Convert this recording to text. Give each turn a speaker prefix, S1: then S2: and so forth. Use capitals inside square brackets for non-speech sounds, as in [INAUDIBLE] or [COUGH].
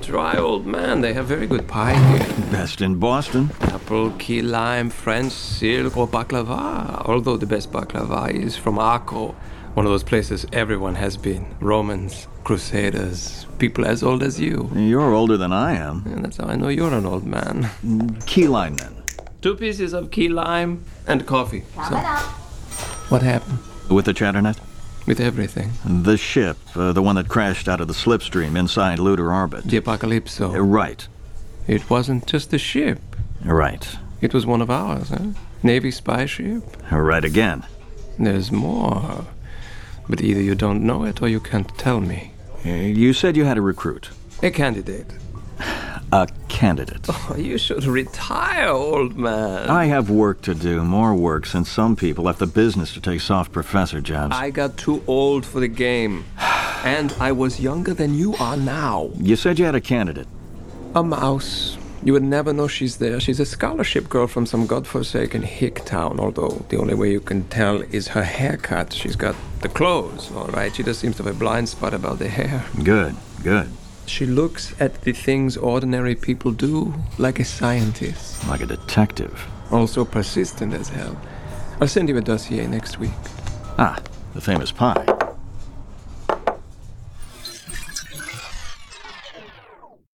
S1: dry old man. They have very good pie here.
S2: Best in Boston.
S1: Apple, key lime, French silk, or baklava. Although the best baklava is from Akko, one of those places everyone has been. Romans, Crusaders, people as old as you.
S2: You're older than I am.
S1: And that's how I know you're an old man.
S2: Key lime, then.
S1: Two pieces of key lime and coffee. So, what happened
S2: With the Chatternet?
S1: with everything?
S2: The ship, uh, the one that crashed out of the slipstream inside Lunar orbit.
S1: The apocalypso.
S2: Uh, Right.
S1: It wasn't just a ship.
S2: Right.
S1: It was one of ours, huh? Navy spy ship.
S2: Right again.
S1: There's more. But either you don't know it or you can't tell me.
S2: Uh, You said you had a recruit.
S1: A candidate.
S2: A
S1: [LAUGHS]
S2: candidate.
S1: Oh, you should retire, old man.
S2: I have work to do, more work, since some people left the business to take soft professor jobs.
S1: I got too old for the game. [SIGHS] And I was younger than you are now.
S2: You said you had a candidate.
S1: A mouse. You would never know she's there. She's a scholarship girl from some godforsaken hick town, although the only way you can tell is her haircut. She's got the clothes, all right. She just seems to have a blind spot about the hair.
S2: Good, good.
S1: She looks at the things ordinary people do like a scientist.
S2: Like a detective.
S1: Also persistent as hell. I'll send you a dossier next week.
S2: Ah, the famous pie.